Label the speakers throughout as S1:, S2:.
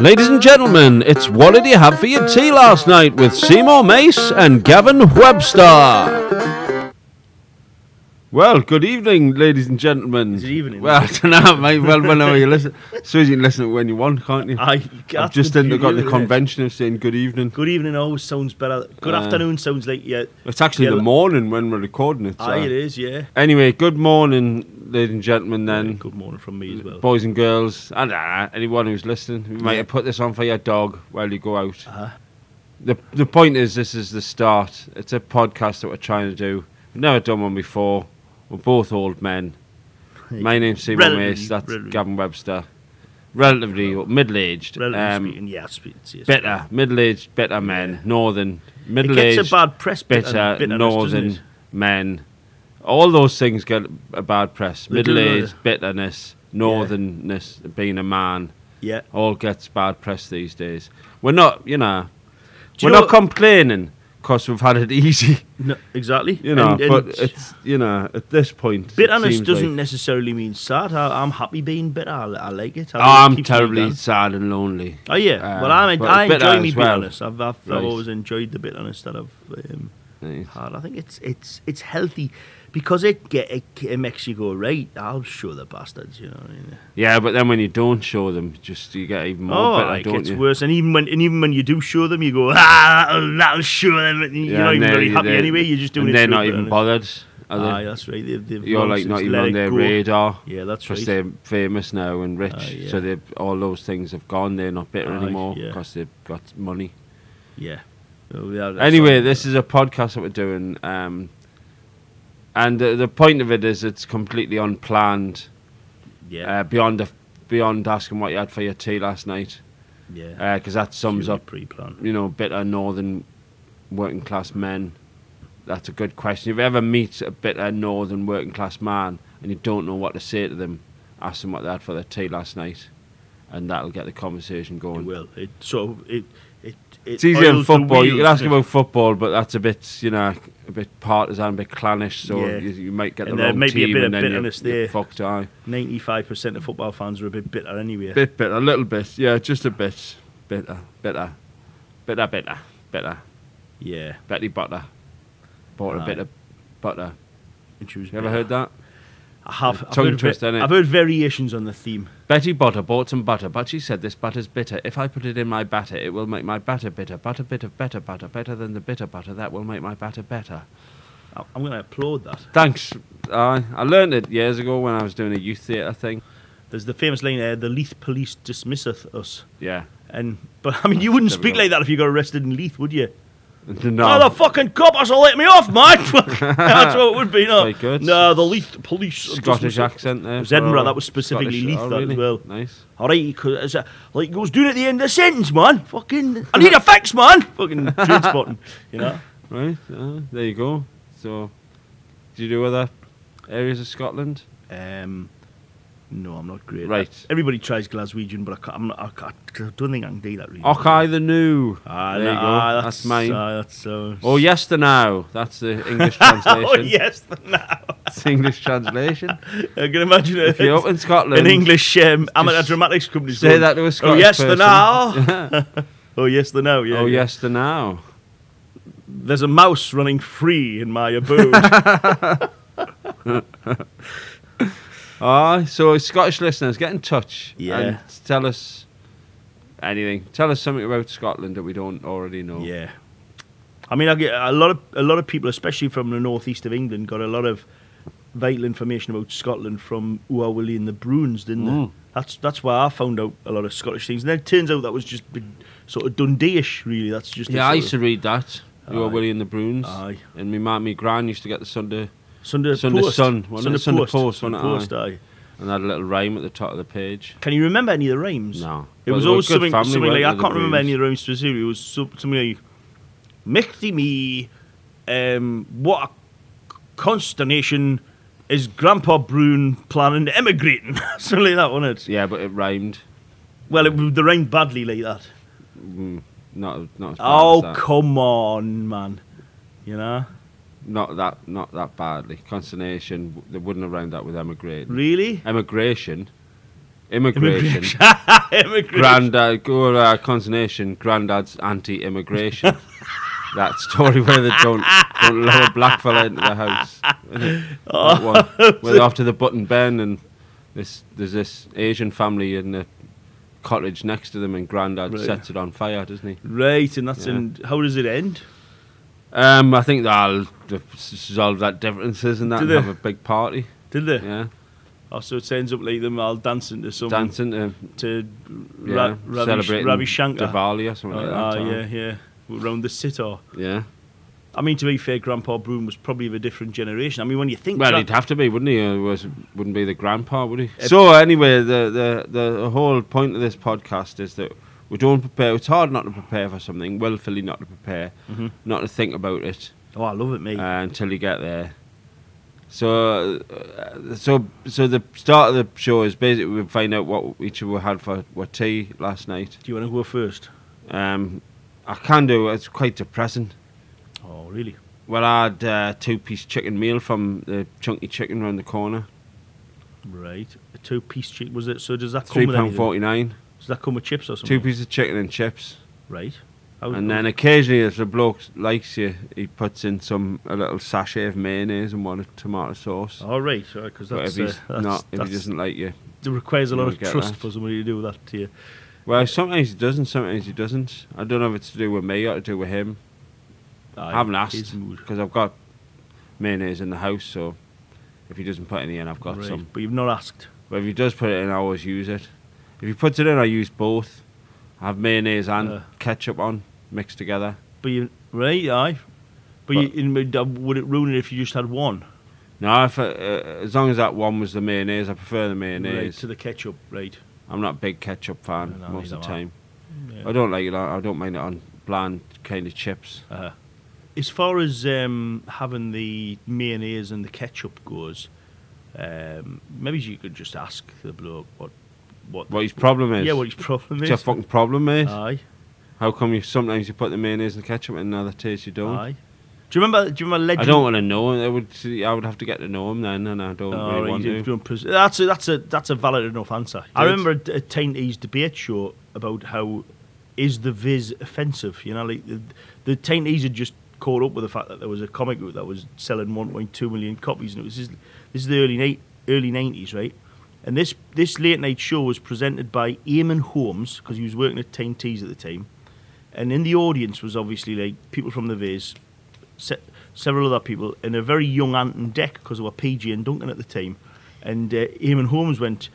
S1: Ladies and gentlemen, it's What Did You Have for Your Tea Last Night with Seymour Mace and Gavin Webster. Well, good evening, ladies and gentlemen.
S2: Is it evening?
S1: Well, I don't know, mate. Well, whenever you listen, suppose you can listen to it when you want, can't you?
S2: I
S1: I've just
S2: think
S1: got the convention of saying good evening.
S2: Good evening always sounds better. Good
S1: Uh,
S2: afternoon sounds like yeah.
S1: It's actually
S2: Yeah,
S1: the
S2: l-
S1: morning when we're recording it. so-
S2: Aye, Ah, it is. Yeah.
S1: Anyway, good morning, ladies and gentlemen. Then.
S2: Good morning from me as well.
S1: boys and girls, and uh, anyone who's listening, we might have put this on for your dog while you go out.
S2: Uh-huh.
S1: The the point is, this is the start. It's a podcast that we're trying to do. We've never done one before. We're both old men. My name's Seymour
S2: Relatively-
S1: Mace. That's
S2: relatively-
S1: Gavin Webster. Relatively middle aged,
S2: Relatively
S1: um,
S2: speaking, yeah, I speak, it's, it's
S1: better middle aged, better men, northern
S2: It
S1: middle
S2: gets
S1: aged,
S2: a bad press. bitter-
S1: better
S2: bitterness, doesn't
S1: northern
S2: it?
S1: men. All those things get a bad press.
S2: They do,
S1: Middle age,
S2: don't
S1: bitterness, northernness, being a man,
S2: Yeah.
S1: all gets bad press these days. We're not, you know,
S2: Do
S1: we're
S2: you
S1: not
S2: know-
S1: complaining because we've had it easy,
S2: No, exactly.
S1: you know.
S2: And- and
S1: but it's, you know, at this point, it
S2: bitterness
S1: seems
S2: doesn't
S1: Like,
S2: necessarily mean sad. I, I'm happy being bitter. I, I like it. I
S1: oh,
S2: think it
S1: I'm
S2: keeps me
S1: terribly
S2: going.
S1: sad and lonely.
S2: Oh yeah.
S1: Uh,
S2: well, I'm,
S1: but
S2: I
S1: bitter
S2: enjoy me
S1: as well.
S2: bitterness. I've, I've,
S1: Right.
S2: I've always enjoyed the bitterness that I've um,
S1: Right.
S2: had. I think it's it's it's healthy because it get it, it makes you go right. I'll show the bastards. You know. What I mean?
S1: Yeah, but then when you don't show them, just you get even more
S2: Oh,
S1: bitter,
S2: it
S1: don't
S2: gets
S1: you?
S2: worse. And even when and even when you do show them, you go ah, that'll, that'll show them. and You're
S1: Yeah,
S2: not
S1: and
S2: even
S1: they're-
S2: very happy
S1: they're-
S2: anyway. You're just doing
S1: and
S2: it.
S1: They're
S2: through
S1: not even
S2: bitterness. Ah,
S1: bothered. Are they?
S2: Aye, that's right. They've, they've
S1: You're
S2: long
S1: like
S2: since
S1: not even
S2: let
S1: on
S2: it
S1: their
S2: go.
S1: radar.
S2: Yeah, that's
S1: because
S2: right.
S1: they're famous now and rich,
S2: Aye,
S1: so
S2: yeah.
S1: they all those things have gone. They're not bitter
S2: Aye,
S1: anymore
S2: yeah.
S1: because they've got money.
S2: Yeah. Oh, yeah, that's
S1: anyway,
S2: right.
S1: this is a podcast that we're doing, um, and uh, the point of it is it's completely unplanned.
S2: yeah,
S1: Uh, beyond a, beyond asking what you had for your tea last night,
S2: yeah.
S1: because that uh, sums up,
S2: pre-plan.
S1: you know, bitter northern working class men. That's a good question. If you ever meet a bitter northern working class man and you don't know what to say to them, ask them what they had for their tea last night, and that'll get the conversation
S2: It
S1: going.
S2: will. It so it it. it
S1: It's easier in
S2: oils the
S1: football. You
S2: wheels,
S1: can ask
S2: doesn't it?
S1: about football, but that's a bit, you know, a bit partisan, a bit clannish. So
S2: Yeah.
S1: you, you might get
S2: And
S1: the
S2: there
S1: wrong
S2: may be a
S1: team,
S2: bit
S1: and
S2: of
S1: then
S2: bitterness
S1: you're,
S2: there.
S1: you're fucked. Aye,
S2: Ninety-five percent of football fans are a bit bitter anyway.
S1: bit bitter, a little bit. Yeah, just a bit bitter, bitter, bitter, bitter, bitter.
S2: Yeah,
S1: Betty butter, bought a bit
S2: Aye.
S1: of butter.
S2: and she was.
S1: You ever
S2: bitter.
S1: heard that?
S2: I have. I've
S1: Tongue
S2: heard,
S1: twist,
S2: va-
S1: innit?
S2: I've heard variations on the theme.
S1: Betty Butter bought some butter, but she said this butter's bitter. If I put it in my batter, it will make my batter bitter. Butter, bitter, better butter, better than the bitter butter. That will make my batter better.
S2: I- I'm going to applaud that.
S1: Thanks. Aye, I learned it years ago when I was doing a youth theatre thing.
S2: Theres the famous line there: "The Leith police dismisseth us."
S1: Yeah.
S2: And but I mean, you wouldn't
S1: Ah, There we
S2: speak
S1: go.
S2: like that if you got arrested in Leith, would you?
S1: No.
S2: No. the fucking coppers will let me off, mate. That's what it would be. No,
S1: Very good.
S2: no, the Leith police
S1: Scottish
S2: dismisseth-
S1: accent there.
S2: It was
S1: for
S2: Edinburgh,
S1: all-
S2: that was specifically
S1: Scottish- Oh,
S2: Leith, that as well.
S1: Nice.
S2: All right, he could, it's a, like he goes doing at the end of the sentence, man. Fucking, I need a fix, man. Fucking train spotting, you know.
S1: Right. Uh, there you go. So, do you do other areas of Scotland?
S2: Um, no, I'm not great.
S1: Right.
S2: Everybody tries Glaswegian, but I, can't, I'm not, I, can't, I don't think I can do that really.
S1: Ochai the New.
S2: Ah,
S1: there you
S2: nah,
S1: go.
S2: ah,
S1: that's, mine.
S2: ah, that's, uh,
S1: oh, yes, the now. That's the English translation.
S2: oh, yes. Now
S1: It's the English translation.
S2: I can imagine it.
S1: If you're up in Scotland,
S2: an English um, amateur
S1: Just
S2: dramatics company.
S1: say
S2: going,
S1: that to a
S2: Oh
S1: Scottish
S2: yes, the
S1: person."
S2: now. Oh yes, the now. Yeah.
S1: oh,
S2: yeah.
S1: yes, the now.
S2: There's a mouse running free in my abode.
S1: Ah, so Scottish listeners, get in touch
S2: Yeah.
S1: and tell us anything. Tell us something about Scotland that we don't already know.
S2: Yeah, I mean, I get a lot of a lot of people, especially from the northeast of England, got a lot of vital information about Scotland from Ua Willie and the Bruins, didn't
S1: Mm.
S2: they? That's that's why I found out a lot of Scottish things. And then it turns out that was just big, sort of Dundee-ish, really. That's just a
S1: Yeah, I
S2: sort
S1: used to
S2: of-
S1: read that. You were
S2: Aye.
S1: Willie and the Bruins.
S2: Aye.
S1: And my mum, my gran used to get the Sunday,
S2: Sunday,
S1: Sunday
S2: Post.
S1: Sun, wasn't it? Sunday Post, wasn't
S2: Sunday
S1: it?
S2: Post, aye.
S1: and had a little rhyme at the top of the page.
S2: Can you remember any of the rhymes?
S1: No.
S2: It
S1: But
S2: was
S1: they were
S2: always
S1: good
S2: something,
S1: family,
S2: something
S1: weren't
S2: like
S1: they,
S2: I
S1: the
S2: can't remember
S1: Bruins?
S2: any of the rhymes specifically. It was so- something like "Michty me, um, what a consternation is Grandpa Brune planning emigrating?" something like that, wasn't it?
S1: Yeah, but it rhymed.
S2: Well, it, they rhymed badly like that.
S1: Mm, not, not as bad
S2: Oh
S1: as that.
S2: come on, man! You know,
S1: Not that, not that badly. Consternation. w- They wouldn't have rhymed that with emigrate.
S2: really?
S1: Emigration. Immigration.
S2: Immigration.
S1: Grandad, go to uh, consternation, Grandad's anti-immigration. that story where they don't, don't allow a black fella into the house. That one,
S2: Oh.
S1: where they're after the button Ben and this, there's this Asian family in the cottage next to them and Grandad
S2: Right.
S1: sets it on fire, doesn't he?
S2: Right, and that's
S1: Yeah.
S2: in. How does it end?
S1: Um, I think they'll d- solve that differences and that
S2: Do
S1: and
S2: they?
S1: have a big party.
S2: Did they?
S1: Yeah,
S2: Oh, so it ends up like them all dancing to some
S1: dancing to
S2: to
S1: uh, yeah,
S2: Ra- Ravi,
S1: celebrating
S2: Ravi Shankar.
S1: Diwali or something
S2: Oh,
S1: like that.
S2: ah,
S1: or-
S2: yeah, yeah. Around the sitar.
S1: yeah.
S2: I mean, to be fair, Grandpa Broom was probably of a different generation. I mean, when you think
S1: Well,
S2: Gran-
S1: he'd have to be, wouldn't he? Uh, was, wouldn't be the grandpa, would he? so anyway, the, the the whole point of this podcast is that we don't prepare. It's hard not to prepare for something, willfully not to prepare,
S2: Mhm.
S1: not to think about it
S2: Oh, I love it, mate.
S1: uh, until you get there. So, uh, so, so the start of the show is basically we find out what each of us had for what tea last night.
S2: Do you want to go first?
S1: Um, I can do. It's quite depressing.
S2: Oh, really?
S1: Well, I had uh, two-piece chicken meal from the Chunky Chicken round the corner.
S2: Right. A two-piece chick was it? So does that
S1: Three
S2: come with
S1: pound
S2: anything?
S1: forty-nine.
S2: Does that come with chips or something?
S1: two pieces of chicken and chips.
S2: Right. How-
S1: And then occasionally, if the bloke likes you, he puts in some a little sachet of mayonnaise and one of tomato sauce.
S2: Oh, right. Because
S1: but if
S2: that's,
S1: he's
S2: uh, that's,
S1: not, if
S2: that's-
S1: he doesn't like you,
S2: it requires a
S1: you
S2: lot
S1: don't
S2: of
S1: get
S2: trust
S1: that.
S2: for somebody to do that to you.
S1: well, sometimes he doesn't, sometimes he doesn't. I don't know if it's to do with me or to do with him.
S2: Aye,
S1: I haven't
S2: his
S1: asked
S2: mood.
S1: because I've got mayonnaise in the house, so if he doesn't put any in, I've got
S2: Right,
S1: some.
S2: But you've not asked.
S1: But if he does put it in, I always use it. If he puts it in, I use both. I have mayonnaise and
S2: Yeah.
S1: ketchup on mixed together.
S2: But you right, aye. But, you,
S1: But-
S2: in, uh, would it ruin it if you just had one?
S1: No, if, uh, uh, as long as that one was the mayonnaise, I prefer the
S2: Right,
S1: mayonnaise.
S2: to the ketchup, right.
S1: I'm not a big ketchup fan
S2: No,
S1: most of the
S2: neither am
S1: time.
S2: Yeah.
S1: I don't like it. on- I don't mind it on bland kind of chips.
S2: Uh, as far as um, having the mayonnaise and the ketchup goes, um, maybe you could just ask the bloke what what,
S1: What his problem is?
S2: yeah what his problem
S1: it's
S2: is. Uh,
S1: your fucking problem, mate.
S2: aye,
S1: How come you sometimes you put the mayonnaise and ketchup in, and other days you don't?
S2: aye. Do you remember? Uh, Do you remember? Legend?
S1: I don't want to know. I would. see- I would have to get to know him then, and I don't
S2: Oh,
S1: really
S2: right,
S1: want
S2: you didn't-
S1: to.
S2: don't pres- that's a that's a that's a valid enough answer. I
S1: Good.
S2: remember a, a Tainties debate show about how is the Viz offensive? You know, like the, the Tainties had just caught up with the fact that there was a comic book that was selling 1.2 million copies, and it was this, this is the early ni- early 90s, right? And this this late night show was presented by Eamon Holmes because he was working at Tainties at the time, and in the audience was obviously like people from the Viz, se- several other people, and a very young Anton Deck because they were PG and Duncan at the time. And uh, Eamon Holmes went,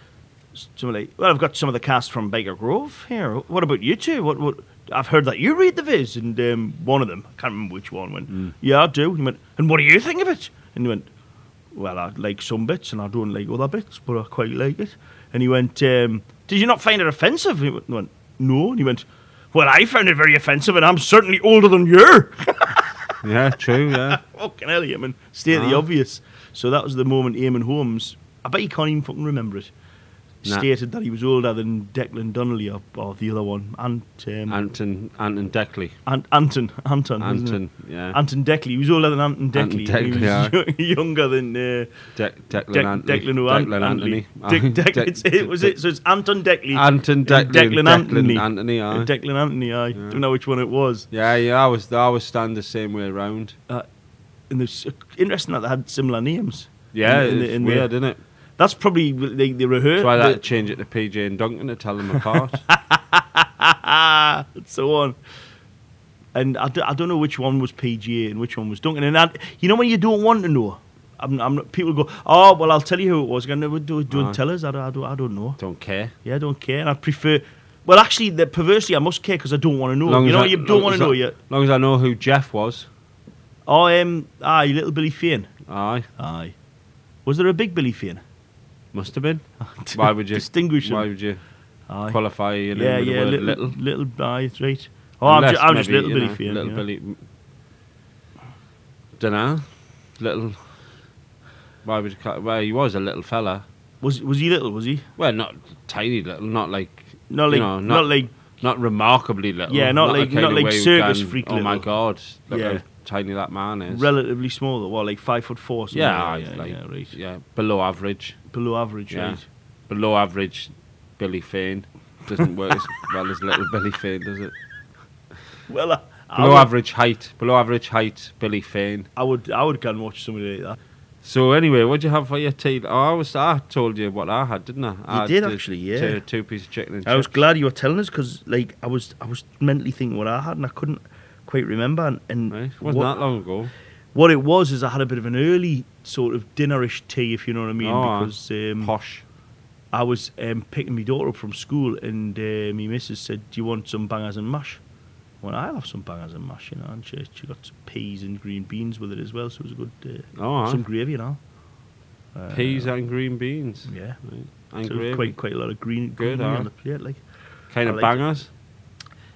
S2: s- to me like, well, I've got some of the cast from Baker Grove here. What about you two? What, what? I've heard that you read the Viz, and um, one of them, I can't remember which one, went, yeah, I do. He went, and what do you think of it? And he went, well, I like some bits and I don't like other bits, but I quite like it. And he went, um, Did you not find it offensive? And he went- went, No. And he went, Well, I found it very offensive and I'm certainly older than you.
S1: Yeah, true. Yeah.
S2: fucking hell, Eamon. State the
S1: Ah.
S2: obvious. So that was the moment Eamon Holmes, I bet he can't even fucking remember it,
S1: Nah.
S2: stated that he was older than Declan Donnelly or, or the other one, Ant, um,
S1: Anton, Anton Deckley,
S2: Ant, Anton. Anton. wasn't it?
S1: Anton, yeah,
S2: Anton Deckley. He was older than Anton
S1: Anton
S2: Deckley. he was
S1: Deckley,
S2: younger than. Uh,
S1: De- Declan,
S2: Dec-
S1: Anthony.
S2: Declan who Ant-
S1: Declan Anthony, Ah.
S2: Anthony. Dec- Dec-
S1: Dec-
S2: it's, it was it. So it's Anton Deckley.
S1: Anton
S2: and
S1: Declan,
S2: Declan Anthony.
S1: Anthony, aye.
S2: and Declan Anthony. I don't know which one it was.
S1: Yeah, yeah, I was I always stand the same way around.
S2: And it's interesting that they had similar names.
S1: Yeah,
S2: In the-
S1: it's
S2: in the-
S1: weird, isn't it?
S2: That's probably they they rehearsed.
S1: That's why that change it to PJ and Duncan to tell them apart.
S2: ah, and so on. And I, d- I don't know which one was PGA and which one was Duncan. And I, you know when you don't want to know, I'm, I'm not, people go, oh well, I'll tell you who it was. And I go, don't, don't
S1: Aye.
S2: tell us. I, don't- I don't I don't know.
S1: don't care.
S2: Yeah, I don't care. And I prefer. Well, actually, the, perversely, I must care because I don't want to know.
S1: Long
S2: you
S1: as
S2: know,
S1: I-
S2: you don't
S1: long
S2: want
S1: as
S2: to know
S1: I-
S2: yet.
S1: As long as I know who Jeff was,
S2: Oh, um, aye, little Billy Fane.
S1: aye,
S2: Aye. Was there a big Billy Fane?
S1: must have been. Why would you
S2: distinguish him?
S1: Why would you
S2: Aye.
S1: qualify your name
S2: yeah,
S1: with the
S2: yeah,
S1: word
S2: little,
S1: little?
S2: little, aye, that's right. Oh, I'm, ju-
S1: Unless
S2: I'm just
S1: maybe,
S2: little
S1: you
S2: Billy
S1: know,
S2: Fane.
S1: Little
S2: yeah.
S1: Billy. Dunno. Little. Why would you? ca- Well, he was a little fella.
S2: Was was he little? Was he?
S1: Well, not tiny little, not like
S2: Not
S1: You
S2: like,
S1: know,
S2: not,
S1: not-
S2: like,
S1: Not remarkably little.
S2: Yeah, not
S1: the
S2: like-
S1: kind
S2: not
S1: of
S2: like
S1: way we've
S2: circus
S1: gone,
S2: freak
S1: Oh my
S2: little."
S1: god! Look
S2: Yeah.
S1: how tiny that man is.
S2: relatively small. Well, like five foot four. Something
S1: yeah,
S2: like,
S1: I-
S2: that,
S1: like,
S2: yeah, right.
S1: yeah, below average.
S2: Below average,
S1: Yeah.
S2: right?
S1: Below average Billy Fane. Doesn't work as well as little Billy Fane, does it?
S2: Well, I, I,
S1: Below
S2: would,
S1: average height. Below average height, Billy Fane.
S2: I would, I would can watch somebody like that.
S1: So anyway, what do you have for your tea? Oh, I was I told you what I had, didn't I? I had
S2: did
S1: the
S2: actually, yeah.
S1: Two, two piece of chicken and
S2: I was
S1: chips.
S2: glad you were telling us because, like, I was, I was mentally thinking what I had and I couldn't quite remember. And, and
S1: Right? Wasn't
S2: what,
S1: that long ago?
S2: what it was is I had a bit of an early sort of dinnerish tea, if you know what I mean,
S1: Oh, aye.
S2: because um,
S1: Posh.
S2: I was um, picking my daughter up from school, and uh, my missus said, "Do you want some bangers and mash?" I went, "I'll have some bangers and mash," you know. And she, she got some peas and green beans with it as well, so it was a good uh,
S1: Oh, aye.
S2: some gravy and all. Uh,
S1: peas and green beans.
S2: yeah,
S1: Right.
S2: so
S1: And
S2: there was
S1: gravy.
S2: quite quite a lot of green,
S1: Good,
S2: green on
S1: aye.
S2: the plate, like
S1: kind
S2: I
S1: of
S2: liked it.
S1: bangers.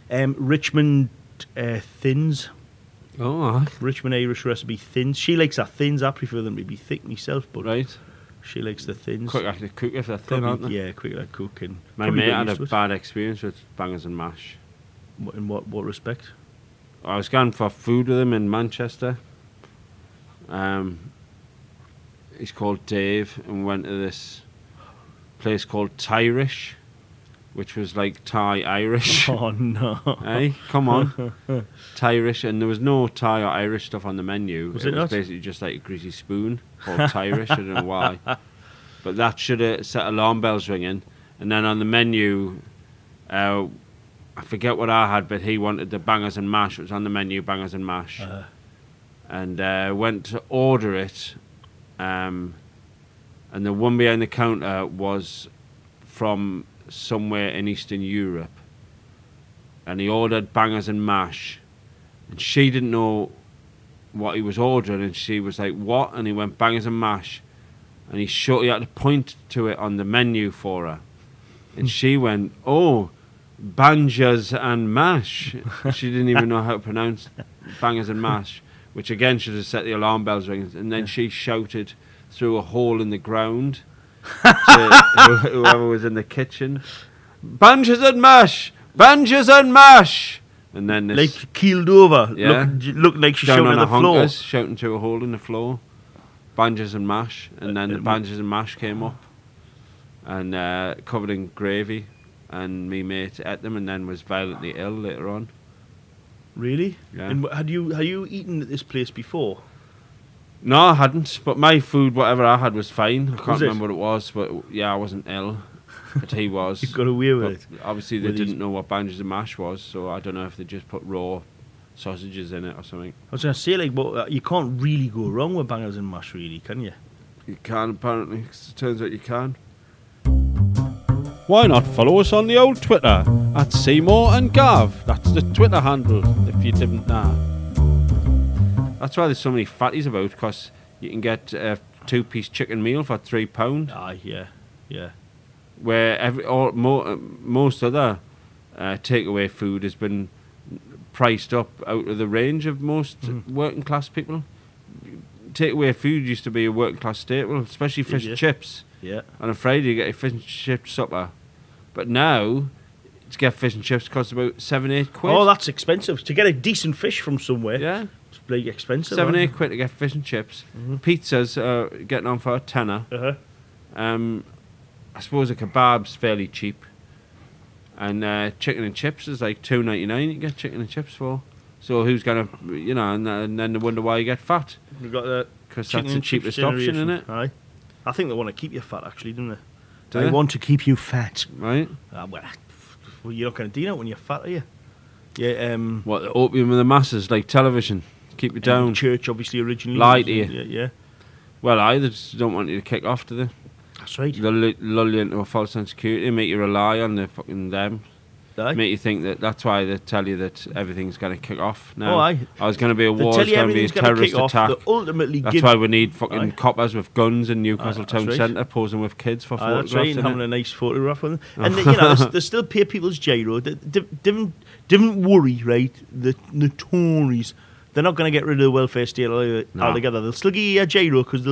S2: um, Richmond uh, thins,
S1: Oh, aye.
S2: Richmond Irish recipe thins. She likes her thins. I prefer them to be thick myself, but
S1: right.
S2: she likes the thins.
S1: Quick after cook if they're thin,
S2: Probably-
S1: aren't they?
S2: yeah, quick like cooking.
S1: My
S2: Probably
S1: mate
S2: got
S1: had a
S2: used to it.
S1: bad experience with bangers and mash.
S2: What- In what what respect?
S1: I was going for food with him in Manchester. Um, he's called Dave, and went to this place called Tyrish, which was like Thai Irish.
S2: Oh no.
S1: Hey, come on, Tyrish, and there was no Thai or Irish stuff on the menu.
S2: Was it
S1: was
S2: not?
S1: basically just like a greasy spoon called Tyrish. I don't know why, but that should have set alarm bells ringing. And then on the menu, uh, I forget what I had, but he wanted the bangers and mash. It was on the menu, bangers and mash,
S2: Uh,
S1: and uh, went to order it. Um, and the one behind the counter was from somewhere in Eastern Europe, and he ordered bangers and mash, and she didn't know what he was ordering, and she was like, "What?" And he went bangers and mash, and he short he had to point to it on the menu for her, and she went, "Oh." Banjas and mash. She didn't even know how to pronounce bangers and mash, which again should have set the alarm bells ringing. And then she shouted through a hole in the ground to who- whoever was in the kitchen. Banjos and mash, banjos and mash, and then this
S2: like keeled over.
S1: Yeah.
S2: Look, looked like she
S1: down
S2: showed
S1: on
S2: on
S1: a
S2: the floor.
S1: honkers, shouting to a hole in the floor. Banjos and mash, and then the
S2: Uh,
S1: banjos and mash came up, and uh, covered in gravy, and me mate ate them, and then was violently ill later on.
S2: Really?
S1: Yeah.
S2: And wh- had you had you eaten at this place before?
S1: No, I hadn't. But my food, whatever I had, was fine. I can't
S2: Was it?
S1: remember what it was, but yeah, I wasn't ill. But he was.
S2: You got away with
S1: But
S2: it.
S1: obviously, they
S2: With these-
S1: didn't know what banjos and mash was, so I don't know if they just put raw sausages in it or something.
S2: I was gonna say like, well, uh, you can't really go wrong with bangers and mash, really, can you?
S1: You can, apparently, 'cause it turns out you can. Why not follow us on the old Twitter at Seymour and Gav? That's the Twitter handle, if you didn't know. That's why there's so many fatties about, because you can get a two piece chicken meal for £3.
S2: Aye, yeah, yeah.
S1: where every or mo- most other uh, takeaway food has been priced up out of the range of most working class people. Takeaway food used to be a working class staple, especially
S2: Did
S1: fish
S2: ya?
S1: and chips.
S2: Yeah,
S1: On a Friday, you get a fish and chip supper, but now to get fish and chips costs about seven eight quid.
S2: oh, that's expensive to get a decent fish from somewhere.
S1: yeah,
S2: it's like expensive.
S1: seven
S2: isn't
S1: eight quid to get fish and chips.
S2: Mm-hmm.
S1: Pizzas are getting on for a tenner.
S2: it? Uh-huh.
S1: Um, I suppose a kebab's fairly cheap, and uh, chicken and chips is like two ninety nine. You can get chicken and chips for. So who's gonna, you know, and, and then they wonder why you get fat
S2: We got the
S1: because
S2: chicken
S1: that's the
S2: and chips
S1: cheapest option,
S2: generation.
S1: isn't it?
S2: Aye. I think they want to keep you fat, actually, don't they?
S1: Do
S2: they
S1: they?
S2: want to keep you fat.
S1: Right?
S2: Ah, well, well, you're not going to do that when you're fat, are you? Yeah. Um,
S1: What the opium of the masses, like television, keep you
S2: Um,
S1: down.
S2: Church, obviously, originally.
S1: Lied to you.
S2: Yeah, yeah.
S1: well, I just don't want you to kick off to the
S2: That's right.
S1: lull, you- lull you into a false sense of security, make you rely on the fucking them,
S2: Aye.
S1: make you think that that's why they tell you that everything's gonna kick off. Now,
S2: Oh, aye.
S1: I was gonna be a
S2: They
S1: war,
S2: tell
S1: it's
S2: you
S1: gonna be a
S2: everything's going to
S1: terrorist
S2: kick off.
S1: attack.
S2: That ultimately
S1: That's
S2: gives.
S1: why we need fucking
S2: Aye.
S1: coppers with guns in Newcastle
S2: Aye, that's
S1: town
S2: right.
S1: centre posing with kids for
S2: Aye, that's
S1: photographs.
S2: right, and
S1: innit?
S2: having a nice photograph with them.
S1: Oh.
S2: And, you know, there's- they still pay people's gyro. They, they, didn't, didn't worry, right? The, the Tories, they're not going to get rid of the welfare state al-
S1: No.
S2: altogether. They'll still give you a gyro because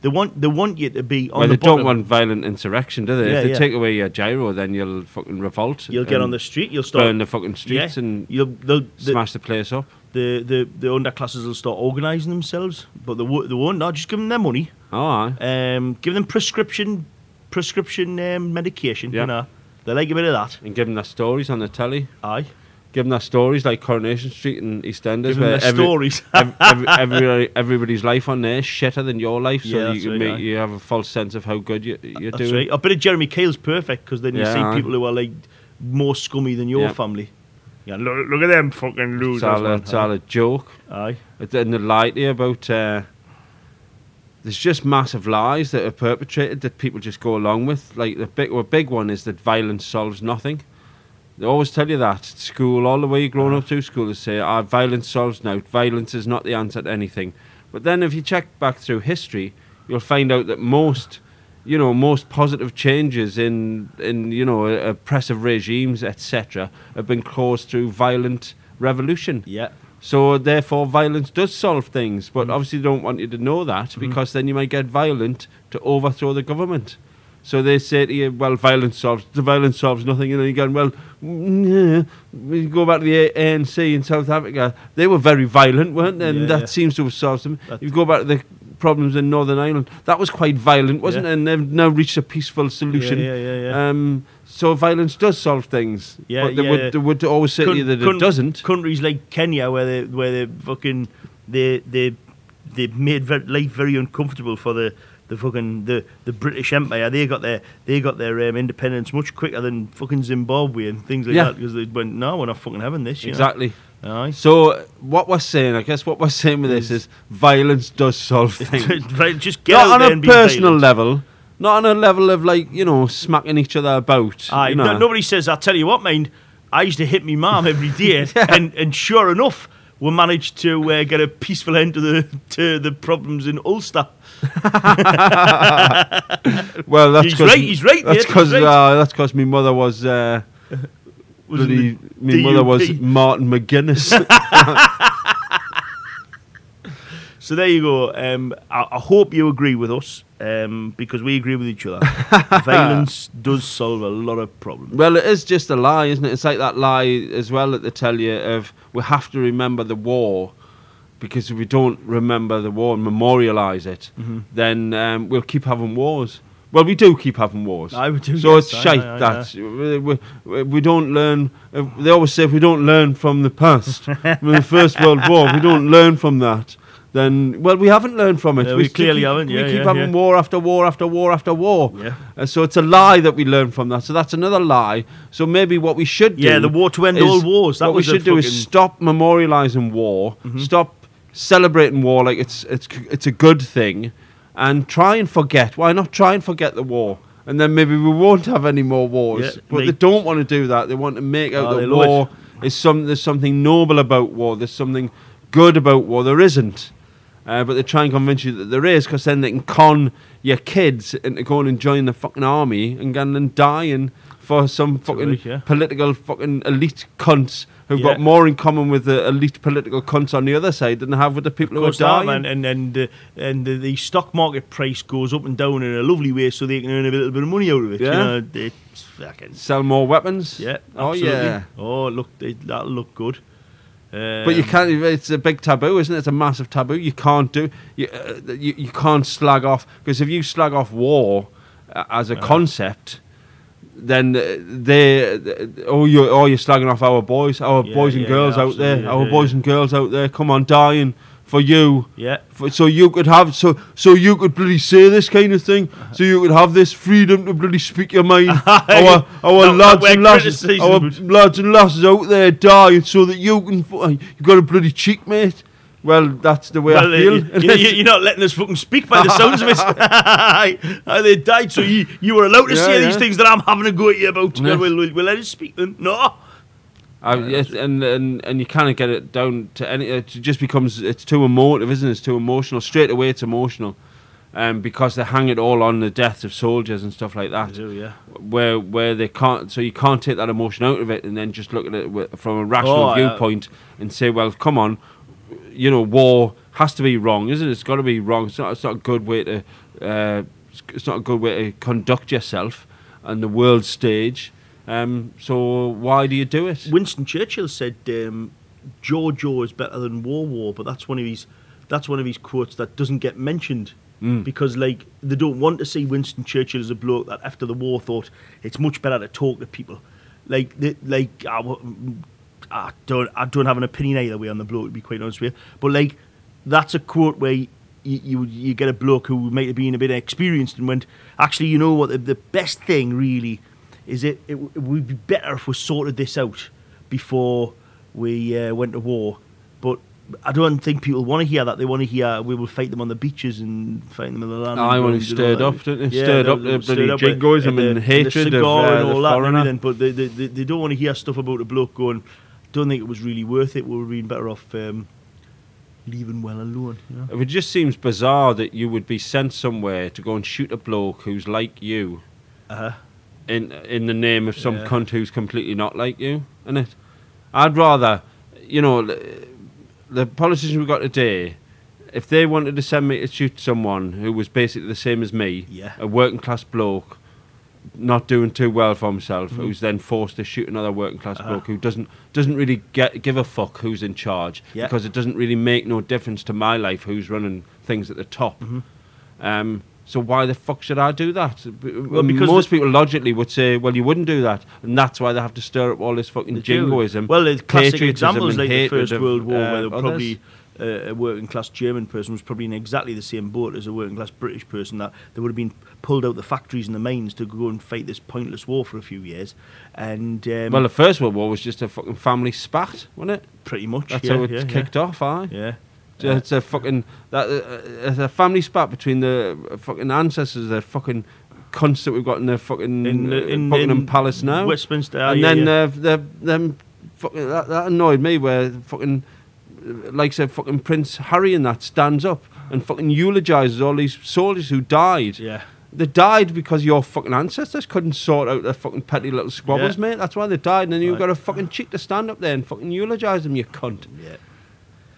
S2: they want, they want you to be on
S1: well,
S2: the
S1: they don't
S2: bottom.
S1: want violent insurrection, do they?
S2: Yeah,
S1: if they
S2: yeah.
S1: take away your gyro, then you'll fucking revolt.
S2: You'll get
S1: and
S2: on the street, you'll start.
S1: um, burn the fucking streets
S2: yeah,
S1: and
S2: you'll, they'll, they-
S1: smash the place up.
S2: the, the, the underclasses will start organising themselves, but they, wo- they won't. No, just give them their money.
S1: Oh, aye.
S2: um, give them prescription prescription um, medication,
S1: Yeah.
S2: you know, They like a bit of that.
S1: and give them their stories on the telly.
S2: Aye.
S1: Give them their stories like Coronation Street and EastEnders,
S2: Give them their stories.
S1: ev- ev- every- everybody's life on there is shitter than your life, so
S2: Yeah,
S1: you
S2: that's
S1: can
S2: right,
S1: make
S2: aye.
S1: you have a false sense of how good you, you're
S2: That's
S1: doing.
S2: right. A bit of Jeremy Kale's perfect because then you
S1: Yeah, aye.
S2: see people who are like more scummy than your
S1: Yeah.
S2: family. Yeah, look, look at them fucking losers.
S1: It's all, a,
S2: man.
S1: it's all a joke.
S2: Aye.
S1: But then the lie to you about uh, there's just massive lies that are perpetrated that people just go along with. Like the big, well, big one is that violence solves nothing. They always tell you that at school, all the way you're growing up to school, they say, ah, violence solves no, violence is not the answer to anything. But then if you check back through history, you'll find out that most, you know, most positive changes in, in you know, uh, oppressive regimes, etc., have been caused through violent revolution.
S2: Yeah.
S1: So therefore, violence does solve things, but
S2: Mm.
S1: obviously they don't want you to know that
S2: Mm-hmm.
S1: because then you might get violent to overthrow the government. So they say to you, "Well, violence solves the violence solves nothing," and then you go, "Well, mm, we go back to the A- ANC in South Africa. They were very violent, weren't they? And
S2: Yeah,
S1: that
S2: yeah.
S1: seems to have solved them.
S2: That-
S1: you go back to the problems in Northern Ireland. That was quite violent, wasn't
S2: Yeah.
S1: it? And they've now reached a peaceful solution.
S2: Yeah, yeah, yeah.
S1: Um, so violence does solve things,
S2: Yeah,
S1: but they
S2: yeah,
S1: would
S2: yeah.
S1: they would always say to
S2: Coun-
S1: you that
S2: coun-
S1: it doesn't.
S2: Countries like Kenya, where they where they fucking they they they made ve- life very uncomfortable for the the fucking the, the British Empire. They got their they got their um, independence much quicker than fucking Zimbabwe and things like
S1: Yeah.
S2: that because they went, no, we're not fucking having this. You
S1: Exactly.
S2: Know? Aye.
S1: So what we're saying, I guess, what we're saying with this is violence does solve things.
S2: Right, Just get out
S1: not
S2: there
S1: on a
S2: and be
S1: personal
S2: violent.
S1: level, not on a level of like you know smacking each other about.
S2: Aye,
S1: you
S2: Ah, no-
S1: know.
S2: nobody says, I tell you what, mind, I used to hit me mum every day, and, and sure enough, we managed to uh, get a peaceful end to the to the problems in Ulster.
S1: well, that's
S2: He's
S1: 'cause-
S2: right, he's right, mate,
S1: That's
S2: he's
S1: because
S2: right.
S1: uh, that's 'cause my mother was. Uh,
S2: Was in
S1: bloody-
S2: the
S1: my mother was
S2: DUP.
S1: Martin McGuinness.
S2: So there you go. Um, I, I hope you agree with us um, because we agree with each other. Violence does solve a lot of problems.
S1: well, it is just a lie, isn't it? It's like that lie as well that they tell you of we have to remember the war because if we don't remember the war and memorialize it, then um, we'll keep having wars. Well, we do keep having wars.
S2: I would do.
S1: So
S2: yes,
S1: it's
S2: aye,
S1: shite
S2: aye, aye, aye.
S1: that we, we, we don't learn. uh, They always say if we don't learn from the past, from the First World War, if we don't learn from that, then well, we haven't learned from it.
S2: Yeah, we
S1: still
S2: clearly
S1: keep,
S2: haven't,
S1: We
S2: yeah,
S1: keep
S2: yeah,
S1: having
S2: yeah.
S1: war after war after war after war.
S2: Yeah.
S1: Uh, so it's a lie that we learn from that. So that's another lie. So maybe what we should do
S2: Yeah, the war to end
S1: is-
S2: all wars. That
S1: what
S2: was
S1: we
S2: a
S1: should do
S2: fucking- Mm-hmm.
S1: is stop memorializing war. Stop celebrating war like it's it's c- it's a good thing, and try and forget. Why not try and forget the war? And then maybe we won't have any more wars.
S2: Yeah,
S1: but they
S2: make-
S1: don't want to do that. They want to make out
S2: Oh, they
S1: that
S2: love it.
S1: war is some. There's something noble about war. There's something good about war. There isn't. Uh, but they try and convince you that there is, because then they can con your kids into going and joining the fucking army and going and dying for some fucking
S2: right, yeah.
S1: political fucking elite cunts who've got
S2: Yeah.
S1: more in common with the elite political cunts on the other side than they have with the people who are
S2: Of course they are,
S1: dying.
S2: man, and and uh, and the, the stock market price goes up and down in a lovely way, so they can earn a little bit of money out of it.
S1: Yeah.
S2: You know, it's fucking
S1: Sell more weapons.
S2: yeah.
S1: Oh
S2: Absolutely.
S1: yeah.
S2: Oh look, it, that'll look good. Um,
S1: But you can't. It's a big taboo, isn't it? It's a massive taboo. You can't do. You uh, you, you can't slag off because if you slag off war uh, as
S2: Uh-huh.
S1: a concept, then uh, they uh, oh you oh you're slagging off our boys, our
S2: Yeah,
S1: boys and
S2: yeah,
S1: girls
S2: yeah,
S1: out there,
S2: absolutely,
S1: our
S2: yeah,
S1: boys
S2: yeah.
S1: and girls out there. Come on, dying for you.
S2: Yeah.
S1: For, so you could have so so you could bloody say this kind of thing.
S2: Uh-huh.
S1: So you could have this freedom to bloody speak your mind. our our
S2: Not- not
S1: lads
S2: where
S1: and lasses,
S2: criticism
S1: our
S2: would-
S1: lads and lasses out there dying so that you can. fu- You got a bloody cheek, mate. Well, that's the way
S2: Well,
S1: I
S2: uh,
S1: feel.
S2: you, you, are not letting us fucking speak by the sounds of it. Aye, they died, so you, you were allowed to
S1: Yeah,
S2: say
S1: yeah.
S2: these things that I'm having a go at you about.
S1: Yeah.
S2: Well, we'll, we'll, we'll let us speak then. No.
S1: I, Um, yes, and, and and you can't get it down to any. It just becomes it's too emotive, isn't it? It's too emotional straight away. It's emotional, um, because they hang it all on the deaths of soldiers and stuff like that.
S2: yeah.
S1: where where they can't so you can't take that emotion out of it and then just look at it wi- from a rational
S2: Oh, I-
S1: viewpoint and say well come on you know war has to be wrong isn't it it's got to be wrong it's not it's not a good way to uh, it's- it's not a good way to conduct yourself on the world stage um, so why do you do it
S2: Winston Churchill said um, "Jaw jaw is better than war war," but that's one of his that's one of his quotes that doesn't get mentioned because like they don't want to see Winston Churchill as a bloke that after the war thought it's much better to talk to people. Like they, like I, w- I don't I don't have an opinion either way on the bloke to be quite honest with you. But like that's a quote where you you, you get a bloke who might have been a bit experienced and went actually you know what the, the best thing really is it, it w- it would be better if we sorted this out before we uh, went to war. But I don't think people want to hear that. They want to hear we will fight them on the beaches and fight them in the land.
S1: I want to
S2: and all
S1: stirred
S2: that.
S1: up, don't they?
S2: Yeah,
S1: stirred
S2: they-
S1: up the
S2: they stirred
S1: bloody
S2: up
S1: jingoism
S2: the-
S1: and hatred of,
S2: cigar
S1: uh,
S2: and
S1: the
S2: all that and
S1: foreigner.
S2: everything. But they, they, they, they don't want to hear stuff about the bloke going. I don't think it was really worth it. We would have been better off um, leaving well alone. You know?
S1: It just seems bizarre that you would be sent somewhere to go and shoot a bloke who's like you
S2: uh-huh.
S1: in in the name of some
S2: Yeah.
S1: cunt who's completely not like you. And it, I'd rather, you know, l- the politicians we've got today, if they wanted to send me to shoot someone who was basically the same as me,
S2: Yeah.
S1: a working class bloke, not doing too well for himself,
S2: Mm.
S1: who's then forced to shoot another working class
S2: Uh-huh.
S1: bloke who doesn't doesn't really get, give a fuck who's in charge
S2: Yeah.
S1: because it doesn't really make no difference to my life who's running things at the top.
S2: Mm-hmm.
S1: Um, so why the fuck should I do that? B-
S2: Well, because
S1: most
S2: the-
S1: people logically would say, well, you wouldn't do that, and that's why they have to stir up all this fucking
S2: They do.
S1: jingoism.
S2: Well, the classic
S1: patriotism
S2: examples
S1: and
S2: like the
S1: hatred
S2: First
S1: of,
S2: World War,
S1: uh,
S2: where there were
S1: others.
S2: probably uh, a working class German person was probably in exactly the same boat as a working class British person. That they would have been pulled out the factories and the mines to go and fight this pointless war for a few years, and um,
S1: Well, the First World War was just a fucking family spat, wasn't it?
S2: pretty much
S1: That's
S2: yeah,
S1: how it
S2: yeah,
S1: kicked off, aye.
S2: Yeah. yeah.
S1: So It's a fucking that, uh, it's a family spat between the uh, fucking ancestors, the fucking cunts that we've got in the fucking
S2: In the-
S1: uh,
S2: in-
S1: Buckingham
S2: in
S1: Palace now,
S2: Westminster,
S1: and
S2: yeah,
S1: then
S2: yeah.
S1: Uh, the, them fucking that, that annoyed me where fucking uh, like said fucking Prince Harry and that stands up and fucking eulogizes all these soldiers who died.
S2: Yeah.
S1: They died because your fucking ancestors couldn't sort out their fucking petty little squabbles,
S2: Yeah.
S1: mate. That's why they died. And then you've
S2: Right.
S1: got a fucking cheek to stand up there and fucking eulogise them, you cunt.
S2: yeah.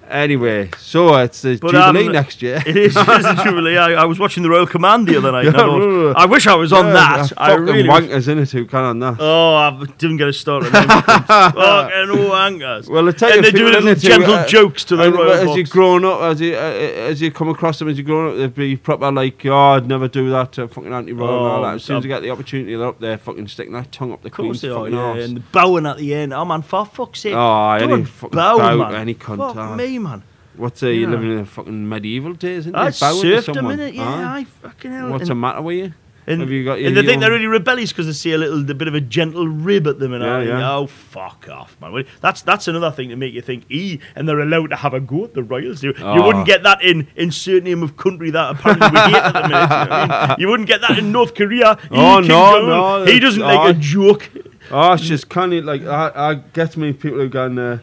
S1: Anyway, so it's the
S2: But,
S1: Jubilee
S2: um,
S1: next year.
S2: It is, it is a jubilee. I, I was watching the Royal Command the other night. and I,
S1: Yeah,
S2: thought,
S1: right.
S2: I wish I was on
S1: Yeah,
S2: that.
S1: they're
S2: I
S1: fucking
S2: really. wish-
S1: wankers in it who can on that.
S2: Oh, I didn't get a start on them. Fucking wankers.
S1: well, I tell you,
S2: and they
S1: people
S2: do little
S1: in it who,
S2: gentle
S1: uh,
S2: jokes to the
S1: and
S2: royal
S1: As
S2: box.
S1: you grown up, as you uh, uh, as you come across them, as you grown up, they'd be proper like, oh, I'd never do that. To fucking anti-royal and all
S2: Oh,
S1: that. As soon as
S2: um,
S1: they get the opportunity, they're up there fucking sticking their tongue up the
S2: Of
S1: queen's
S2: course they are,
S1: fucking
S2: yeah,
S1: arse.
S2: and the bowing at the end. Oh man, for fuck's sake!
S1: Oh, any
S2: don't
S1: fucking
S2: bow,
S1: bow,
S2: man.
S1: any cunt,
S2: Fuck
S1: aye.
S2: me, man.
S1: What's uh, you
S2: Yeah.
S1: living in the fucking medieval days? Isn't
S2: I
S1: it? Bowing to
S2: surfed a
S1: someone.
S2: minute, yeah,
S1: Aye.
S2: I fucking hell.
S1: What's
S2: and,
S1: the matter with you?
S2: and,
S1: Have you got your
S2: and they think they're
S1: own-
S2: really rebellious because they see a little a bit of a gentle rib at them, and
S1: Yeah,
S2: I think,
S1: yeah.
S2: oh fuck off, man. Well, That's that's another thing to make you think. E, and they're allowed to have a go at the royals. You, you
S1: Oh.
S2: wouldn't get that in insert name of country that apparently we hate at the minute. You, know what I mean? You wouldn't get that in North Korea. E,
S1: Oh, no,
S2: Kim Jong-un,
S1: no,
S2: he doesn't
S1: that's-
S2: make a
S1: aye.
S2: joke.
S1: Oh, it's just kind of like I, I get me people who go, uh,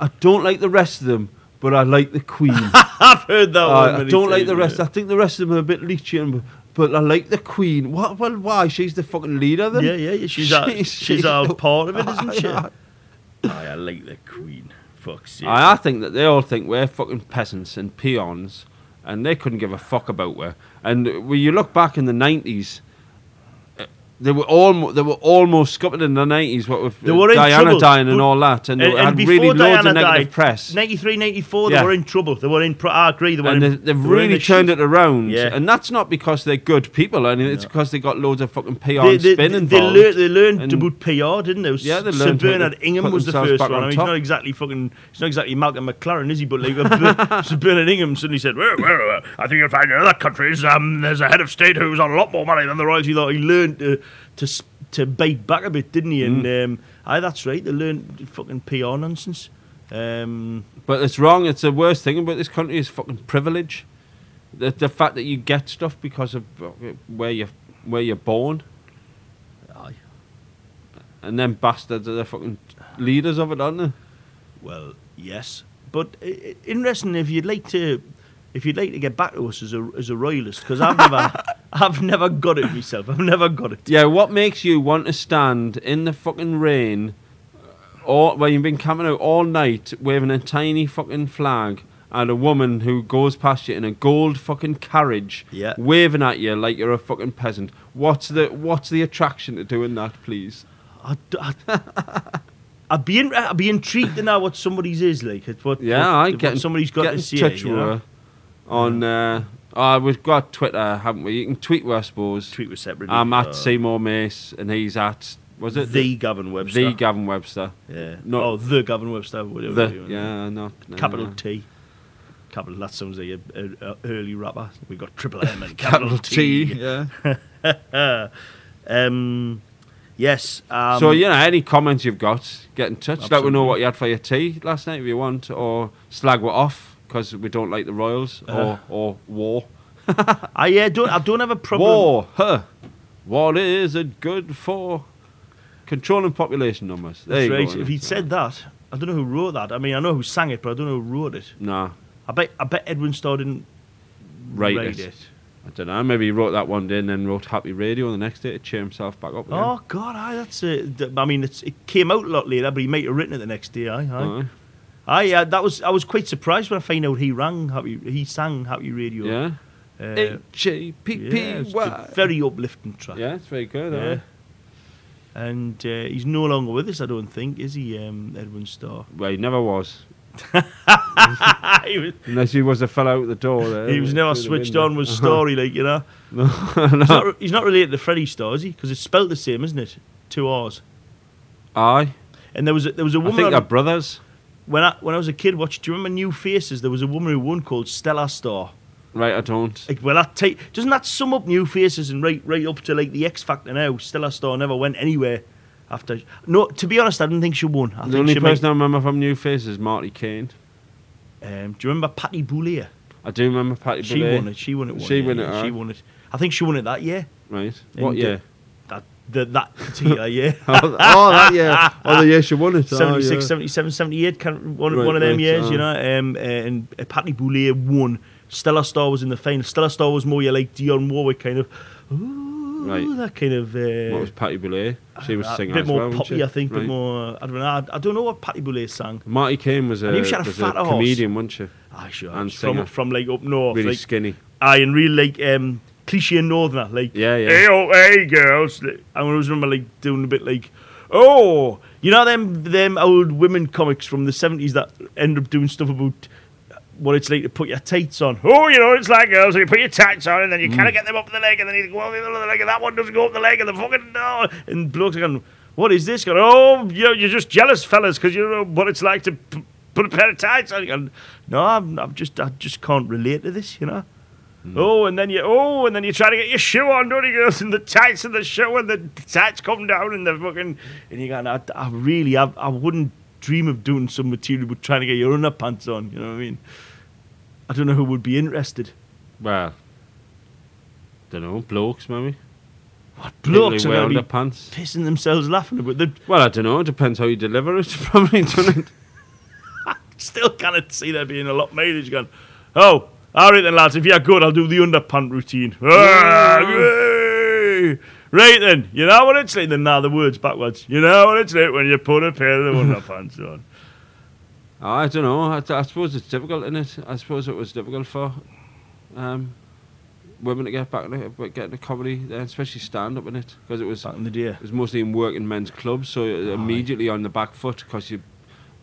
S1: I, I don't like the rest of them, but I like the Queen. I,
S2: I've heard that. one
S1: I
S2: Oh, many
S1: Uh, don't like
S2: times,
S1: the
S2: yeah.
S1: rest. I think the rest of them are a bit leechy, and, but I like the Queen. What? Well, why? She's the fucking leader. of Them.
S2: Yeah, yeah, yeah. She's a, she's, a part of it, isn't she?
S1: Aye,
S2: I like the Queen. Fuck's sake.
S1: I, I think that they all think we're fucking peasants and peons, and they couldn't give a fuck about her. And when you look back in the nineties. uh, They were almost they were almost scuppered in the nineties. What with
S2: They
S1: uh,
S2: were in
S1: Diana
S2: trouble,
S1: dying and
S2: but-
S1: all that, and,
S2: and,
S1: they
S2: and
S1: had
S2: before
S1: really loads
S2: Diana
S1: of negative
S2: died,
S1: press.
S2: 93, 94,
S1: Yeah.
S2: they were in trouble. They were in. Pro- I agree. They were
S1: and
S2: in.
S1: they, they've
S2: they were in
S1: really
S2: the
S1: turned
S2: shit.
S1: it around.
S2: Yeah.
S1: And that's not because they're good people. I mean, it's
S2: No.
S1: because they got loads of fucking PR
S2: They,
S1: and
S2: they,
S1: spin
S2: they, they,
S1: involved.
S2: learned, they learned
S1: And-
S2: about PR, didn't they?
S1: Yeah, they
S2: S-
S1: learned
S2: Sir
S1: how to
S2: Bernard Ingham
S1: put
S2: was the
S1: themselves
S2: first
S1: back
S2: one.
S1: on
S2: I mean, he's
S1: top.
S2: not exactly fucking. He's not exactly Malcolm McLaren, is he? But like, uh, Sir Bernard Ingham suddenly said, "Well, well, well, I think you'll find in other countries um, there's a head of state who's on a lot more money than the royalty." Though he learned to to s- to bite back a bit, didn't he? And
S1: Mm.
S2: um, aye, that's right. They learned fucking PR nonsense. Um,
S1: But it's wrong. It's the worst thing about this country is fucking privilege. The, the fact that you get stuff because of uh, where you're, where you're born.
S2: aye.
S1: And then bastards are the fucking leaders of it, aren't they?
S2: Well, yes, but i- i- interesting if you'd like to, if you'd like to get back to us as a as a royalist, because I've never, I've never got it myself. I've never got it.
S1: Yeah, what makes you want to stand in the fucking rain, or where you've been camping out all night waving a tiny fucking flag at a woman who goes past you in a gold fucking carriage,
S2: Yeah.
S1: waving at you like you're a fucking peasant? What's the what's the attraction to doing that, please?
S2: I, d- I, would be in, I'd be intrigued to know what somebody's is like. It's what
S1: Yeah,
S2: what,
S1: I
S2: what
S1: get in-
S2: somebody's got
S1: get
S2: to
S1: in
S2: say.
S1: touch
S2: you
S1: with
S2: know?
S1: her on uh, Uh, we've got Twitter, haven't we? You can tweet us, I suppose.
S2: Tweet was separate.
S1: I'm at Seymour Mace, and he's at was
S2: uh, the,
S1: it the,
S2: Gavin Webster.
S1: the Gavin Webster?
S2: yeah.
S1: not-
S2: oh, the Gavin Webster. Whatever. you
S1: The,
S2: want.
S1: yeah, no, no,
S2: Capital
S1: no.
S2: T. Capital. That sounds like an early rapper. We got triple M and
S1: Capital
S2: capital T.
S1: Yeah.
S2: Uh, um, yes. Um,
S1: so you know, any comments you've got, get in touch. Let us know
S2: Absolutely.
S1: what you had for your tea last night if you want, or slag what off because we don't like the Royals
S2: Uh.
S1: or or war.
S2: I yeah, don't I don't have a problem.
S1: War, huh? What is it good for? Controlling population numbers. There
S2: That's
S1: you
S2: right.
S1: go.
S2: if he said that, I don't know who wrote that. I mean, I know who sang it, but I don't know who wrote it.
S1: nah,
S2: I bet I bet Edwin Starr didn't
S1: write,
S2: write
S1: it.
S2: it.
S1: I don't know. Maybe he wrote that one day and then wrote Happy Radio the next day to cheer himself back up. Again.
S2: Oh God, aye, that's a, th- I mean, it's, it came out a lot later, but he might have written it the next day. Aye, aye.
S1: Aye.
S2: aye uh, that was I was quite surprised when I found out he rang Happy, he sang Happy Radio.
S1: yeah.
S2: Uh,
S1: H A P
S2: yeah,
S1: P
S2: it's a
S1: Y.
S2: very uplifting track.
S1: Yeah, it's very good.
S2: Yeah.
S1: aye.
S2: And uh, he's no longer with us, I don't think, is he, um, Edwin Starr?
S1: Well, he never was.
S2: he was,
S1: Unless he was the fellow out the door there.
S2: he was never
S1: through the
S2: switched
S1: window.
S2: on with Story, like you know. He's, not, he's not related to Freddie Starr, is he? Because it's spelled the same, isn't it? Two R's.
S1: Aye.
S2: And there was a, there was a
S1: I
S2: woman
S1: think
S2: on-
S1: they're brothers.
S2: when I when I was a kid watched. Do you remember New Faces? There was a woman who won called Stella Star.
S1: Right, I don't.
S2: Like, well, that take doesn't that sum up New Faces and right right up to like the X Factor now? Stella Star never went anywhere after. No, to be honest, I didn't think she won. I
S1: the
S2: think
S1: only
S2: she
S1: person I remember from New Face is Marty Kane.
S2: Made, um, do you remember Patty Boulay?
S1: I do remember Patty
S2: She
S1: Boulay.
S2: won it. She won it. One
S1: She
S2: year,
S1: won it,
S2: yeah, She
S1: aye.
S2: won it. I think she won it that year.
S1: Right. What
S2: And, uh,
S1: year?
S2: That the, that particular year.
S1: oh, that year. Oh, the year she won it.
S2: 76,
S1: oh,
S2: 77, 78, can, one,
S1: Right,
S2: one of them
S1: right,
S2: years,
S1: aye.
S2: you know. Um, uh, and uh, Patty Boulay won. Stella Star was in the final. Stella Star was more your like Dion Warwick kind of, ooh,
S1: Right.
S2: that kind of.
S1: yeah.
S2: Uh,
S1: What was Patty Boulay? She was
S2: a
S1: singing
S2: Uh, bit
S1: as
S2: more
S1: well, wasn't
S2: poppy,
S1: she?
S2: I think.
S1: Right.
S2: Bit more. I don't know. I, I don't know what Patty Boulay sang.
S1: Marty Kane was a,
S2: knew she had a
S1: was
S2: fat
S1: a
S2: horse.
S1: comedian, wasn't she?
S2: Ah, sure.
S1: And
S2: it's from
S1: singer.
S2: from like up north,
S1: Really
S2: like
S1: skinny.
S2: aye, and real like um, cliche northerner, like
S1: Yeah, yeah.
S2: Hey, oh, hey, girls. Like, I always remember like doing a bit like, oh, you know them them old women comics from the seventies that end up doing stuff about what it's like to put your tights on. Oh, you know, it's like girls, you put your tights on and then you
S1: Mm.
S2: kind of get them up the leg and then you go up the other leg and that one doesn't go up the leg and the fucking no. And blokes are going, what is this? Going, oh, you're, you're just jealous, fellas, because you know what it's like to p- put a pair of tights on. And no, I'm, I'm just, I just can't relate to this, you know. Oh, and then you oh, and then you try to get your shoe on, don't you, girls? And the tights and the shoe and the tights come down and the fucking and you go, I, I really, I, I wouldn't dream of doing some material but trying to get your underpants on. You know what I mean? I don't know who would be interested.
S1: Well, don't know. Blokes, maybe.
S2: What
S1: People
S2: blokes
S1: who
S2: are
S1: wear
S2: going to be
S1: underpants.
S2: pissing themselves laughing about? They
S1: Well, I don't know. It depends how you deliver it. Probably doesn't it?
S2: still cannot see there being a lot made. It's going, oh, all right then, lads. If you're good, I'll do the underpant routine. Ah, yay. Right then, you know what it's like. Then now the words backwards. You know what it's like when you put a pair of the underpants on.
S1: I don't know. I, I suppose it's difficult, isn't it? I suppose it was difficult for um, women to get back into but get into comedy, then especially stand up in it, because it was
S2: Back in the day.
S1: it was mostly in working men's clubs. So immediately on the back foot, because you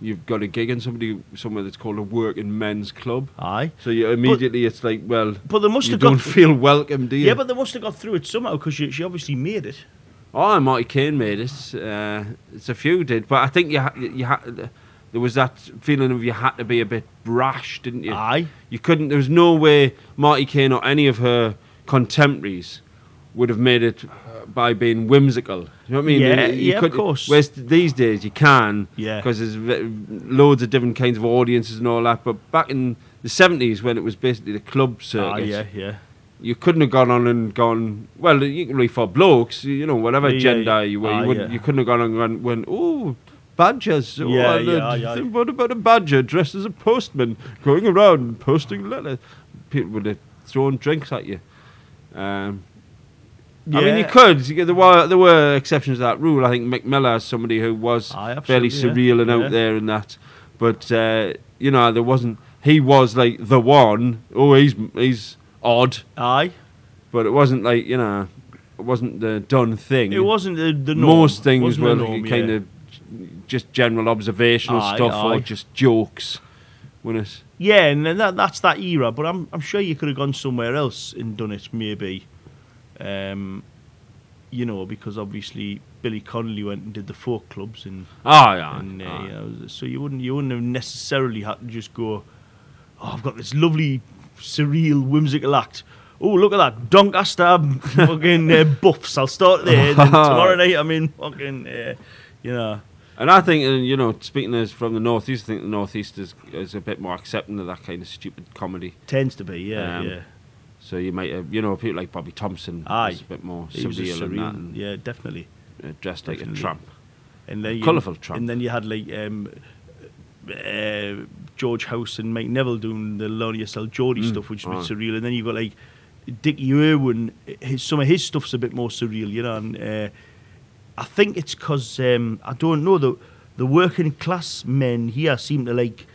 S1: you've got a gig in somebody somewhere that's called a working men's club.
S2: Aye.
S1: So you immediately it's like, well,
S2: But they must
S1: you
S2: have
S1: don't
S2: got.
S1: feel welcome, do you?
S2: yeah, but they must have got through it somehow because she, she obviously made it.
S1: Oh, Marty Kane made it. Uh, it's a few did, but I think you ha- you ha- there was that feeling of you had to be a bit brash, didn't you?
S2: Aye.
S1: You couldn't. There was no way Marty Kane or any of her contemporaries would have made it uh, by being whimsical. Do you know what I mean?
S2: Yeah,
S1: You- you
S2: yeah, of
S1: couldn't-
S2: course.
S1: Whereas these days you can,
S2: Yeah.
S1: because there's ve- loads of different kinds of audiences and all that. But back in the seventies, when it was basically the club circuit,
S2: Ah, yeah, yeah.
S1: you couldn't have gone on and gone. Well, you can really for blokes, you know, whatever
S2: Yeah,
S1: gender
S2: yeah.
S1: you were,
S2: Ah,
S1: you, wouldn't,
S2: yeah.
S1: you couldn't have gone on and went, oh, badgers. oh,
S2: Yeah,
S1: and, uh,
S2: yeah, yeah.
S1: What about a badger dressed as a postman going around and posting letters? People would have thrown drinks at you. Um, I mean, you
S2: Yeah.
S1: could. you- There were there were exceptions to that rule. I think Mick Miller is somebody who was
S2: Aye,
S1: fairly
S2: absolutely, yeah.
S1: surreal and
S2: Yeah.
S1: out there and that. But uh, you know, there wasn't. He was like the one. Oh, he's he's odd
S2: Aye.
S1: but it wasn't like you know, it wasn't the done thing.
S2: It wasn't the, the norm.
S1: Most things
S2: Wasn't
S1: were
S2: the norm,
S1: kind
S2: yeah.
S1: of just general observational
S2: Aye,
S1: stuff
S2: aye.
S1: or just jokes. wouldn't it?
S2: Yeah, and then that, that's that era. But I'm I'm sure you could have gone somewhere else and done it maybe, um, you know, because obviously Billy Connolly went and did the folk clubs and,
S1: Oh, yeah.
S2: and uh,
S1: aye.
S2: you know, so you wouldn't you wouldn't have necessarily had to just go, oh, I've got this lovely surreal whimsical act. Oh, look at that Doncaster fucking uh, buffs. I'll start there. Then tomorrow night I'm in fucking, uh, you know.
S1: And I think, uh, you know, speaking as from the northeast, I think the northeast is is a bit more accepting of that kind of stupid comedy.
S2: Tends to be, yeah,
S1: Um,
S2: yeah.
S1: So you might, have, you know, people like Bobby Thompson,
S2: Aye.
S1: is a bit more
S2: He was a
S1: surreal, and that, and
S2: yeah, definitely.
S1: uh, dressed like a
S2: Definitely.
S1: tramp.
S2: And then you-
S1: Colourful Trump.
S2: And then you had like um, uh, George House and Mike Neville doing the Learn Yourself Geordie stuff, which is a bit
S1: Mm, aye.
S2: surreal. And then you've got like Dickie Irwin, his, some of his stuff's a bit more surreal, you know. And uh, I think it's because, um, I don't know, the, the working class men here seem to like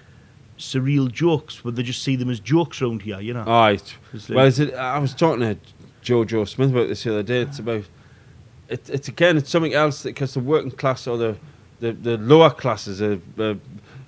S2: surreal jokes, but they just see them as jokes around here, you know.
S1: Aye.
S2: It's like-
S1: Well, is it, I was talking to Jojo Smith about this the other day. It's about, it, it's again, it's something else because the working class or the, the, the lower classes are, are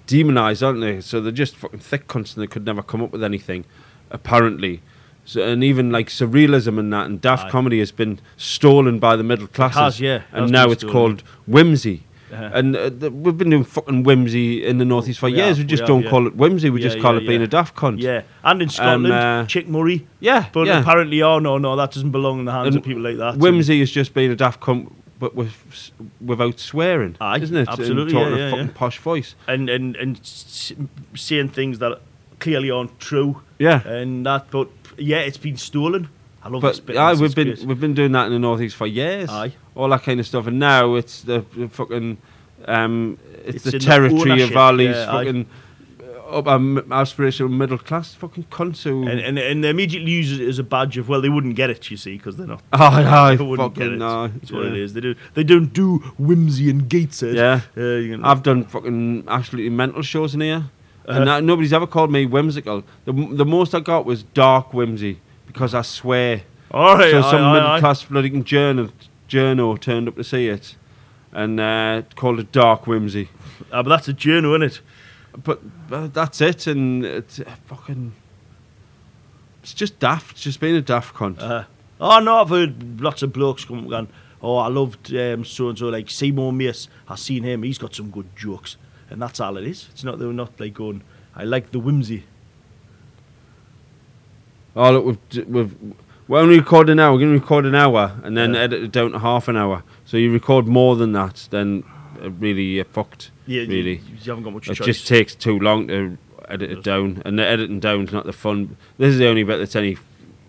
S1: demonized, aren't they? So they're just fucking thick cunts and they could never come up with anything, apparently. So, and even like surrealism and that and daft
S2: Aye.
S1: comedy has been stolen by the middle classes.
S2: yeah. It has
S1: And now
S2: been
S1: it's
S2: stolen.
S1: called whimsy.
S2: Uh-huh.
S1: And uh, th- we've been doing fucking whimsy in the northeast for
S2: We
S1: years.
S2: have,
S1: we
S2: we
S1: just
S2: have,
S1: don't
S2: yeah.
S1: call it whimsy. We
S2: Yeah,
S1: just call
S2: yeah,
S1: it being
S2: yeah.
S1: a daft cunt.
S2: Yeah, and in Scotland,
S1: uh,
S2: Chick Murray.
S1: Yeah,
S2: But
S1: yeah.
S2: apparently, oh no, no, that doesn't belong in the hands
S1: And
S2: of people like that.
S1: Whimsy has just been a daft cunt, but with, without swearing,
S2: Aye,
S1: isn't it? and
S2: absolutely,
S1: talking
S2: yeah,
S1: a
S2: yeah,
S1: fucking
S2: yeah.
S1: posh voice.
S2: and and and s- saying things that clearly aren't true.
S1: Yeah.
S2: and that. But yeah, it's been stolen. I love this
S1: But
S2: bit.
S1: aye,
S2: This
S1: we've
S2: is
S1: been
S2: great.
S1: we've been doing that in the northeast for years.
S2: Aye.
S1: all that kind of stuff, and now it's the, the fucking um,
S2: It's
S1: it's,
S2: in the
S1: the territory of
S2: ownership,
S1: all these
S2: yeah, aye.
S1: fucking uh, upper m- aspirational middle class fucking cunts who.
S2: and, and and they immediately use it as a badge of well, they wouldn't get it, you see, because they're not.
S1: Aye, aye,
S2: they wouldn't get
S1: fucking
S2: it.
S1: aye,
S2: That's what it
S1: yeah.
S2: is. They do. They don't do whimsy and gateshead.
S1: Yeah.
S2: Uh, you know.
S1: I've done fucking absolutely mental shows in here,
S2: Uh-huh.
S1: and that, nobody's ever called me whimsical. The, m- the most I got was dark whimsy because I swear.
S2: All right.
S1: so
S2: aye,
S1: some
S2: aye,
S1: middle
S2: aye.
S1: class bloody journal, journo turned up to see it, and uh, called it dark whimsy.
S2: Ah, but that's a journal, isn't it?
S1: But, but that's it, and it's uh, fucking. It's just daft. It's just being a daft cunt.
S2: Uh, oh no, I've heard lots of blokes come and gone, oh, I loved um, so and so, like Seymour Mace. I seen him. He's got some good jokes, and that's all it is. It's not they're not like going. I like the whimsy.
S1: oh look, we've, d- we've we're only recording now. We're going to record an hour and then
S2: Yeah.
S1: edit it down to half an hour. So you record more than that, then uh, really you're fucked.
S2: Yeah,
S1: really.
S2: You, you haven't got much
S1: It
S2: choice.
S1: just takes too long to edit it down, and the editing down's not the fun. This is the only bit that's any f-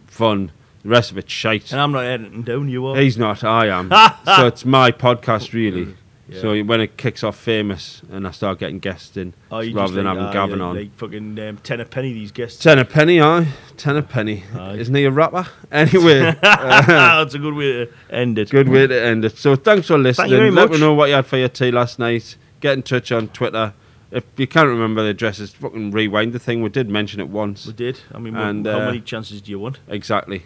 S1: fun. The rest of it's shite.
S2: and I'm not editing down. You are.
S1: He's not. I am. so it's my podcast, really.
S2: Yeah.
S1: So when it kicks off famous and I start getting guests in,
S2: Oh, you
S1: rather
S2: just
S1: than
S2: like,
S1: having
S2: ah,
S1: Gavin
S2: you're
S1: on.
S2: like fucking um, ten a penny. These guests.
S1: Ten a penny, aye. Ten a penny.
S2: Aye.
S1: Isn't he a rapper? Anyway,
S2: that's a good way to end it.
S1: good way to end it. So thanks for listening.
S2: very
S1: Let
S2: much.
S1: me know what you had for your tea last night. Get in touch on Twitter. If you can't remember the addresses, fucking rewind the thing. We did mention it once.
S2: We did. I mean,
S1: And,
S2: how
S1: uh,
S2: many chances do you want?
S1: Exactly.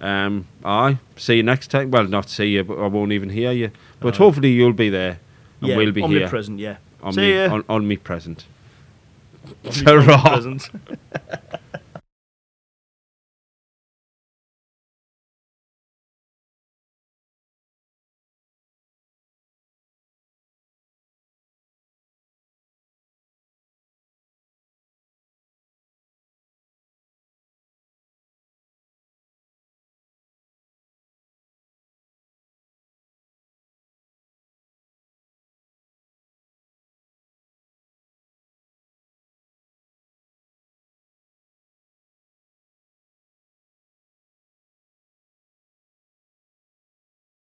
S1: Um, aye. See you next time. Well, not see you, but I won't even hear you. But
S2: Aye.
S1: hopefully you'll be there, and
S2: yeah,
S1: we'll be here.
S2: omnipresent. Yeah.
S1: on
S2: See
S1: me
S2: ya.
S1: on, on me present.
S2: Omnipresent.